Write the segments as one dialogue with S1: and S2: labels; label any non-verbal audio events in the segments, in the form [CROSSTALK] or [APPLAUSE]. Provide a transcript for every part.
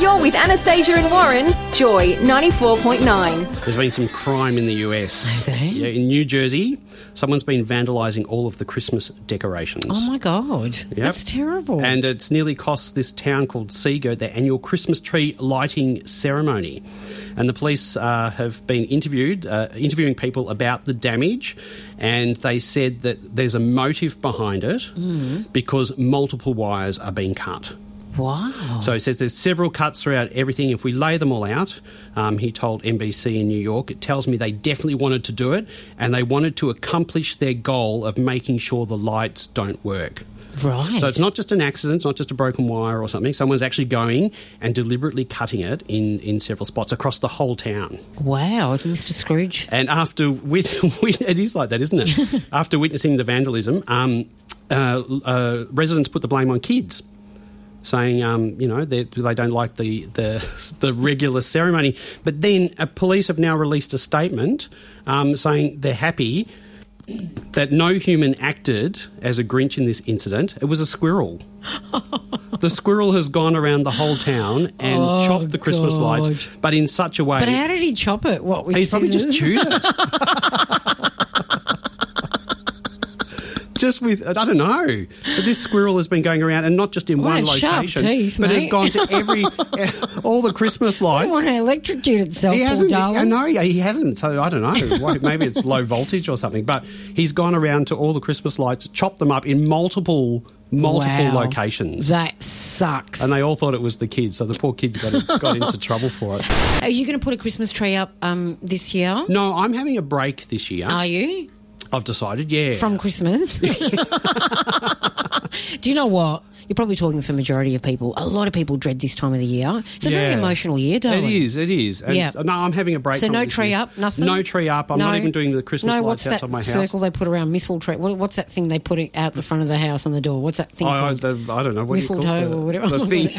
S1: You're with Anastasia and Warren, Joy 94.9.
S2: There's been some crime in the US.
S3: there?
S2: Yeah, in New Jersey, someone's been vandalising all of the Christmas decorations.
S3: Oh my god, that's terrible.
S2: And it's nearly cost this town called Seagoat their annual Christmas tree lighting ceremony. And the police uh, have been interviewed, uh, interviewing people about the damage, and they said that there's a motive behind it
S3: Mm.
S2: because multiple wires are being cut.
S3: wow.
S2: Oh. So he says there's several cuts throughout everything. If we lay them all out, um, he told NBC in New York, it tells me they definitely wanted to do it and they wanted to accomplish their goal of making sure the lights don't work.
S3: Right.
S2: So it's not just an accident, it's not just a broken wire or something. Someone's actually going and deliberately cutting it in, in several spots across the whole town.
S3: Wow, it's Mr. Scrooge.
S2: And after wit- [LAUGHS] wit- it is like that, isn't
S3: [LAUGHS]
S2: it? after witnessing the vandalism, um, uh, uh, residents put the blame on kids, saying, um, you know, they, they don't like the, the [LAUGHS] the regular ceremony. But then, uh, police have now released a statement um, saying they're happy that no human acted as a Grinch in this incident. It was a squirrel.
S3: [LAUGHS]
S2: the squirrel has gone around the whole town and chopped the Christmas
S3: Oh, God.
S2: lights, but in such a way.
S3: But how did he chop it? What was
S2: He's probably
S3: [LAUGHS]
S2: just chewed it. Just with, I don't know. But this squirrel has been going around, and not just in
S3: What
S2: one
S3: a sharp
S2: location,
S3: teeth,
S2: but has
S3: mate.
S2: gone to
S3: [LAUGHS]
S2: every, all the Christmas
S3: I
S2: lights.
S3: want to electrocute itself,
S2: He
S3: poor
S2: hasn't. I
S3: darling.
S2: know he hasn't. So I don't know. Why- Maybe it's low voltage or something. But he's gone around to all the Christmas lights, chopped them up in multiple, multiple
S3: Wow.
S2: locations,
S3: That sucks.
S2: and they all thought it was the kids. So the poor kids got got into trouble for it.
S3: Are you going to put a Christmas tree up um, this year?
S2: No, I'm having a break this year.
S3: Are you
S2: I've decided. Yeah.
S3: from
S2: [LAUGHS]
S3: Christmas? Do you know what? You're probably talking for majority of people. A lot of people dread this time of the year. It's a very
S2: Yeah.
S3: emotional year, darling.
S2: It is, it is. And
S3: Yeah.
S2: No, I'm having a break.
S3: So
S2: from
S3: no
S2: it this
S3: tree
S2: year.
S3: up, nothing.
S2: No tree up. I'm not
S3: No-
S2: even doing the Christmas
S3: no,
S2: lights
S3: what's
S2: outside my
S3: that
S2: house.
S3: circle they put around mistletoe? What, what's that thing they put it out the front of the house on the door? What's that thing?
S2: I, I,
S3: called?
S2: the, I don't know what do you call
S3: mistletoe
S2: the,
S3: or whatever. [LAUGHS]
S2: The thing.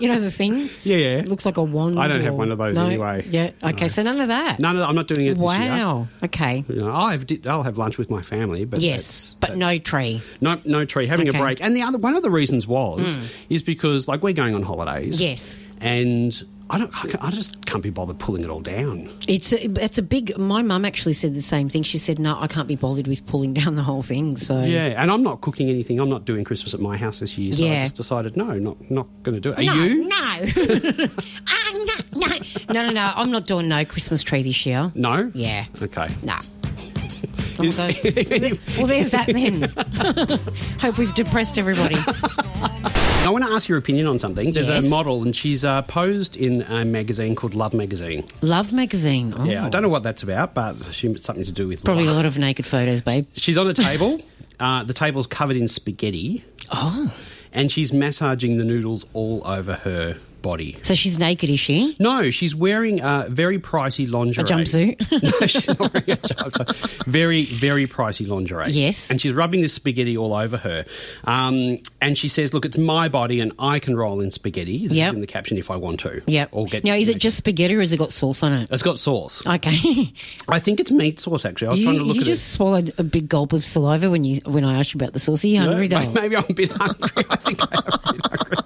S3: you know the thing?
S2: Yeah, yeah.
S3: It looks like a wand.
S2: I don't have
S3: or-
S2: one of those
S3: No?
S2: anyway.
S3: Yeah. Okay. So none of that.
S2: No, no, I'm not doing it this year.
S3: Wow. Okay.
S2: You know, I'll have di- I'll have lunch with my family, but that's-
S3: Yes, but no tree.
S2: No, no tree. Having
S3: Okay. Hmm.
S2: a break, and the other one of the reasons was is because like we're going on holidays.
S3: Yes.
S2: and I don't. I, ca- I just can't be bothered pulling it all down.
S3: It's a, it's a big. My mum actually said the same thing. She said, "No, I can't be bothered with pulling down the whole thing." So
S2: Yeah, and I'm not cooking anything. I'm not doing Christmas at my house this year, so I
S3: Yeah.
S2: just decided no, not not going to do it. Are
S3: no,
S2: you?
S3: No. [LAUGHS] Ah, no, no, no, no, no. I'm not doing no Christmas tree this year.
S2: No.
S3: Yeah.
S2: Okay. [LAUGHS]
S3: No. I'll go- well, there's that then. [LAUGHS] Hope we've
S2: [LAUGHS]
S3: depressed everybody.
S2: I want to ask your opinion on something. There's
S3: Yes.
S2: a model, and she's uh, posed in a magazine called Love Magazine.
S3: Love magazine. Oh.
S2: Yeah, I don't know what that's about, but I assume it's something to do with
S3: Probably a
S2: love.
S3: lot of naked photos, babe.
S2: She's on a table. uh, the table's covered in spaghetti.
S3: Oh.
S2: And she's massaging the noodles all over her body.
S3: So she's naked, is she?
S2: No, she's wearing uh, very pricey lingerie.
S3: A jumpsuit. [LAUGHS]
S2: no, [LAUGHS] she's not wearing a jumpsuit. Very, very pricey lingerie.
S3: Yes.
S2: And she's rubbing this spaghetti all over her. Um, and she says, Look, it's my body and I can roll in spaghetti. This
S3: Yep.
S2: is in the caption if I want to.
S3: yep.
S2: Or get
S3: now, is it
S2: naked.
S3: just spaghetti or has it got sauce on it?
S2: It's got sauce.
S3: Okay.
S2: I think it's meat sauce, actually. I was
S3: you
S2: trying to look
S3: you
S2: at
S3: just swallowed a big gulp of saliva when you when I asked you about the sauce. Are you
S2: it.
S3: hungry,
S2: No,
S3: darling?
S2: maybe I'm a bit hungry. I think I am a bit hungry.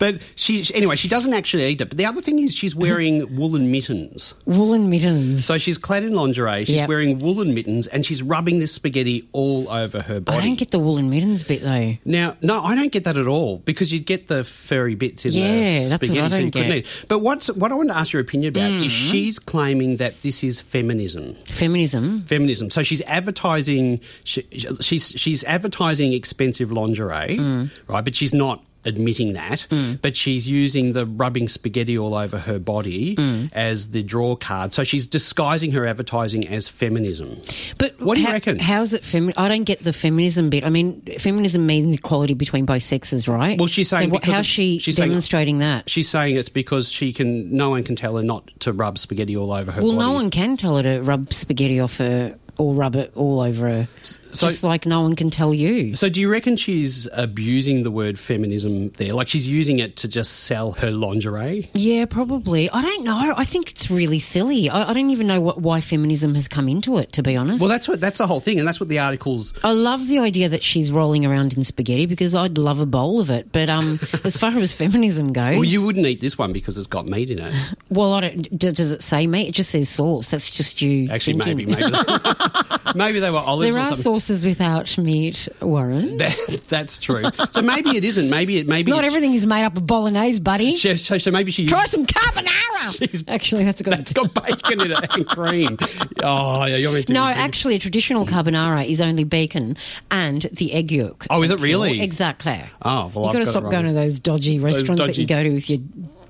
S2: But she, she- anyway, she doesn't actually eat it. But the other thing is, she's
S3: [LAUGHS]
S2: wearing woolen mittens.
S3: Woolen mittens.
S2: So she's clad in lingerie, she's
S3: Yep.
S2: wearing woolen mittens, and she's rubbing this spaghetti all over her body.
S3: I don't get the woolen mittens bit though.
S2: Now, no, I don't get that at all because you'd get the furry bits in
S3: Yeah,
S2: the
S3: that's what
S2: spaghetti,
S3: I
S2: so you couldn't
S3: don't get. Mm.
S2: eat. it. But what's what I want to ask your opinion about is she's claiming that this is feminism.
S3: Feminism.
S2: Feminism. So she's advertising. She, she's she's advertising expensive lingerie,
S3: Mm.
S2: right? But she's not admitting that. But she's using the rubbing spaghetti all over her body
S3: Mm.
S2: as the draw card. So she's disguising her advertising as feminism.
S3: But
S2: What do you
S3: how-
S2: reckon?
S3: How is it feminine? I don't get the feminism bit. I mean, feminism means equality between both sexes, right?
S2: Well, she's saying
S3: So what,
S2: because
S3: how's she
S2: she's saying-
S3: demonstrating that?
S2: She's saying it's because she can. No one can tell her not to rub spaghetti all over her
S3: Well,
S2: body.
S3: no one can tell her to rub spaghetti off her or rub it all over her.
S2: So-
S3: just like no one can tell you.
S2: So do you reckon she's abusing the word feminism there? Like she's using it to just sell her lingerie?
S3: Yeah, probably. I don't know. I think it's really silly. I, I don't even know what why feminism has come into it. To be honest,
S2: Well, that's what that's the whole thing, and that's what the articles.
S3: I love the idea that she's rolling around in spaghetti because I'd love a bowl of it. But um, [LAUGHS] as far as feminism goes,
S2: Well, you wouldn't eat this one because it's got meat in it.
S3: well, I don't. d- Does it say meat? It just says sauce. That's just you.
S2: Actually,
S3: thinking.
S2: maybe maybe
S3: [LAUGHS]
S2: maybe they were olives
S3: There
S2: or
S3: are
S2: something.
S3: sauces without meat, Warren.
S2: That- [LAUGHS] that's true. So maybe it isn't. Maybe it maybe
S3: Not
S2: it's-
S3: everything is made up of bolognese, buddy.
S2: she- So, so maybe she
S3: Try some carbonara.
S2: She's-
S3: Actually, that's a
S2: [LAUGHS]
S3: good.
S2: that's got bacon in it and cream. Oh, yeah, you're meant to
S3: No,
S2: be-
S3: actually, a traditional carbonara is only bacon and the egg yolk.
S2: Oh, is it
S3: Thank
S2: really?
S3: you. Exactly.
S2: Oh, well, I've
S3: you've got
S2: got it
S3: to stop
S2: wrong.
S3: going to those dodgy restaurants that
S2: dodgy-
S3: you go to with your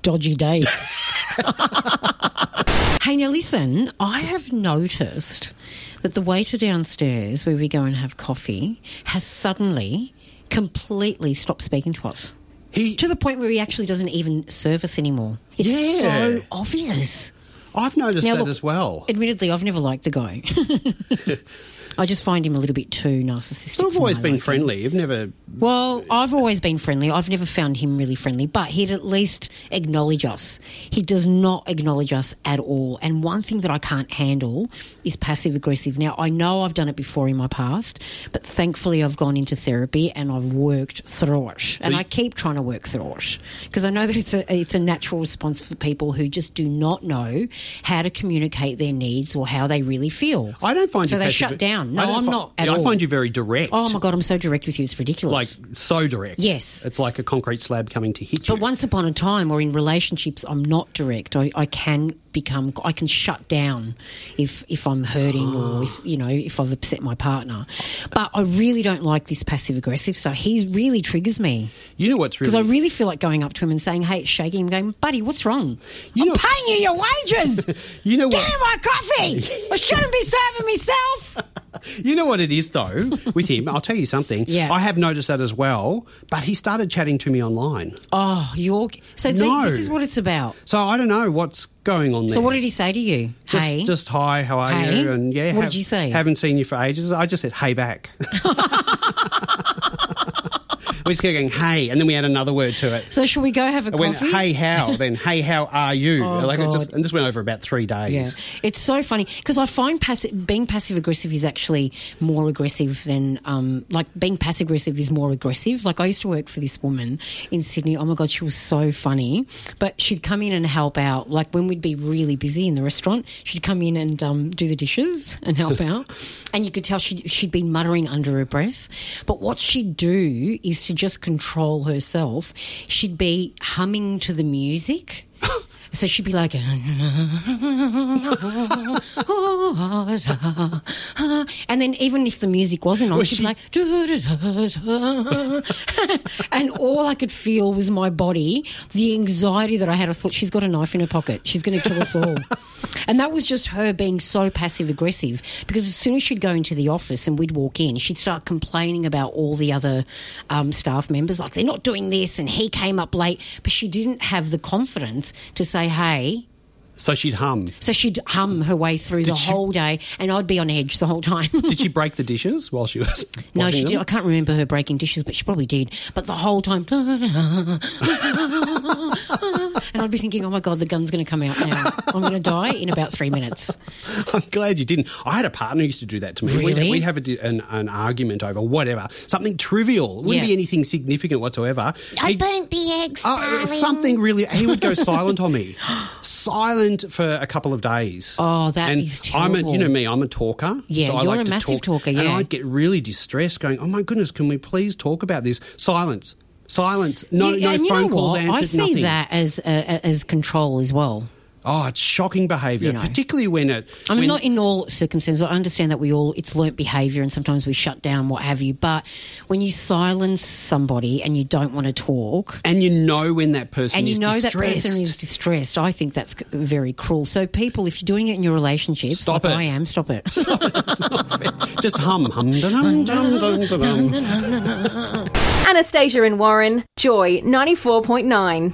S3: dodgy
S2: [LAUGHS]
S3: dates. hey, now listen, I have noticed that the waiter downstairs where we go and have coffee has suddenly completely stopped speaking to us
S2: He,
S3: to the point where he actually doesn't even serve us anymore. It's
S2: Yeah.
S3: so obvious.
S2: I've noticed
S3: Now,
S2: that
S3: look,
S2: as well.
S3: Admittedly, I've never liked the guy. [LAUGHS] I just find him a little bit too narcissistic.
S2: I've
S3: for
S2: always
S3: my
S2: been
S3: liking.
S2: friendly. You've never.
S3: Well, I've always been friendly. I've never found him really friendly, but he'd at least acknowledge us. He does not acknowledge us at all. And one thing that I can't handle is passive aggressive. Now, I know I've done it before in my past, but thankfully I've gone into therapy and I've worked through it. and I keep trying to work through it because I know that it's a, it's a natural response for people who just do not know how to communicate their needs or how they really feel.
S2: I don't find
S3: So
S2: you
S3: they
S2: passive-
S3: shut down.
S2: I
S3: No,
S2: don't
S3: I'm
S2: fi-
S3: not at
S2: yeah, I
S3: all.
S2: find you very direct.
S3: Oh my god, I'm so direct with you. It's ridiculous.
S2: Like so direct.
S3: Yes.
S2: It's like a concrete slab coming to hit you.
S3: But once upon a time, or in relationships, I'm not direct. I, I can become, I can shut down if if I'm hurting or if you know if I've upset my partner. But I really don't like this passive aggressive. So he really triggers me
S2: you know what's
S3: because
S2: really
S3: I really feel like going up to him and saying, "Hey," shaking him, going, "Buddy, what's wrong?
S2: You
S3: I'm
S2: know-
S3: paying you your
S2: [LAUGHS]
S3: wages.
S2: You know
S3: Give
S2: what-
S3: me my coffee. I shouldn't be
S2: [LAUGHS]
S3: serving myself."
S2: You know what it is though with him. I'll tell you something.
S3: Yeah.
S2: I have noticed that as well. But he started chatting to me online,
S3: Oh, you're so th-
S2: No.
S3: this is what it's about.
S2: so I don't know what's going on there.
S3: So what did he say to you?
S2: Just,
S3: hey,
S2: just hi, how are
S3: Hey?
S2: you? And yeah,
S3: What did you say?
S2: Haven't seen you for ages. I just said hey
S3: [LAUGHS]
S2: back. we just kept going hey, and then we add another word to it.
S3: so shall we go have a
S2: It went
S3: coffee?
S2: hey how, then hey how are you?
S3: [LAUGHS] Oh,
S2: like it just
S3: God.
S2: and this went over about three
S3: Yeah,
S2: days.
S3: it's so funny because I find passive, being passive aggressive is actually more aggressive than um, like being passive aggressive is more aggressive. Like I used to work for this woman in Sydney. Oh my god, she was so funny, but she'd come in and help out. Like when we'd be really busy in the restaurant, she'd come in and um, do the dishes and help out, and you could tell she she'd be muttering under her breath. But what she'd do is to just control herself. She'd be humming to the music. So she'd be like, [LAUGHS] and then even if the music wasn't on, she'd be like, [LAUGHS] and all I could feel was my body, the anxiety that I had. I thought she's got a knife in her pocket. She's going to kill us all. and that was just her being so passive aggressive because as soon as she'd go into the office and we'd walk in, she'd start complaining about all the other um, staff members, like they're not doing this and he came up late. But she didn't have the confidence to say, hey,
S2: So she'd hum.
S3: so she'd hum her way through the
S2: she-
S3: whole day, and I'd be on edge the whole time. [LAUGHS]
S2: Did she break the dishes while she was?
S3: no,
S2: washing
S3: she
S2: them?
S3: did. I can't remember her breaking dishes, but she probably did. But the whole time, [LAUGHS] and I'd be thinking, "Oh my god, the gun's going to come out now. I'm going to die in about three minutes."
S2: I'm glad you didn't. I had a partner who used to do that to me. We'd-
S3: Really?
S2: We'd, have a di- an, an argument over whatever, something trivial. It wouldn't
S3: Yeah.
S2: be anything significant whatsoever.
S4: I
S2: He'd-
S4: burnt the eggs,
S2: Oh,
S4: darling.
S2: something really. He would
S3: [LAUGHS]
S2: go silent on
S3: [GASPS]
S2: me, silent for a couple of days.
S3: Oh, that
S2: and
S3: is
S2: I'm a,
S3: terrible.
S2: you know me. I'm a talker.
S3: Yeah,
S2: so I
S3: you're
S2: like
S3: a
S2: to
S3: massive
S2: talk,
S3: talker,
S2: and
S3: yeah.
S2: I'd get really distressed, going, "Oh my goodness, can we please talk about this?" Silence, silence. No,
S3: Yeah,
S2: no
S3: and you
S2: phone
S3: know
S2: calls
S3: what?
S2: answered.
S3: I see
S2: nothing.
S3: that as uh, as control as well.
S2: Oh, it's shocking behaviour,
S3: know.
S2: particularly when it.
S3: I mean,
S2: when-
S3: not in all circumstances. I understand that we all, it's learnt behaviour and sometimes we shut down, what have you. But when you silence somebody and you don't want to talk,
S2: and you know when that person
S3: and
S2: is
S3: you know that
S2: distressed. [LAUGHS]
S3: person is distressed. I think that's c- very cruel. So, people, if you're doing it in your relationships,
S2: Stop
S3: like
S2: it.
S3: I am,
S2: [LAUGHS]
S3: stop it.
S2: It's not fair. Just hum, hum, dun, hum, dun, dun, dun,
S3: [LAUGHS]
S2: dun.
S1: Anastasia and Warren, Joy 94.9.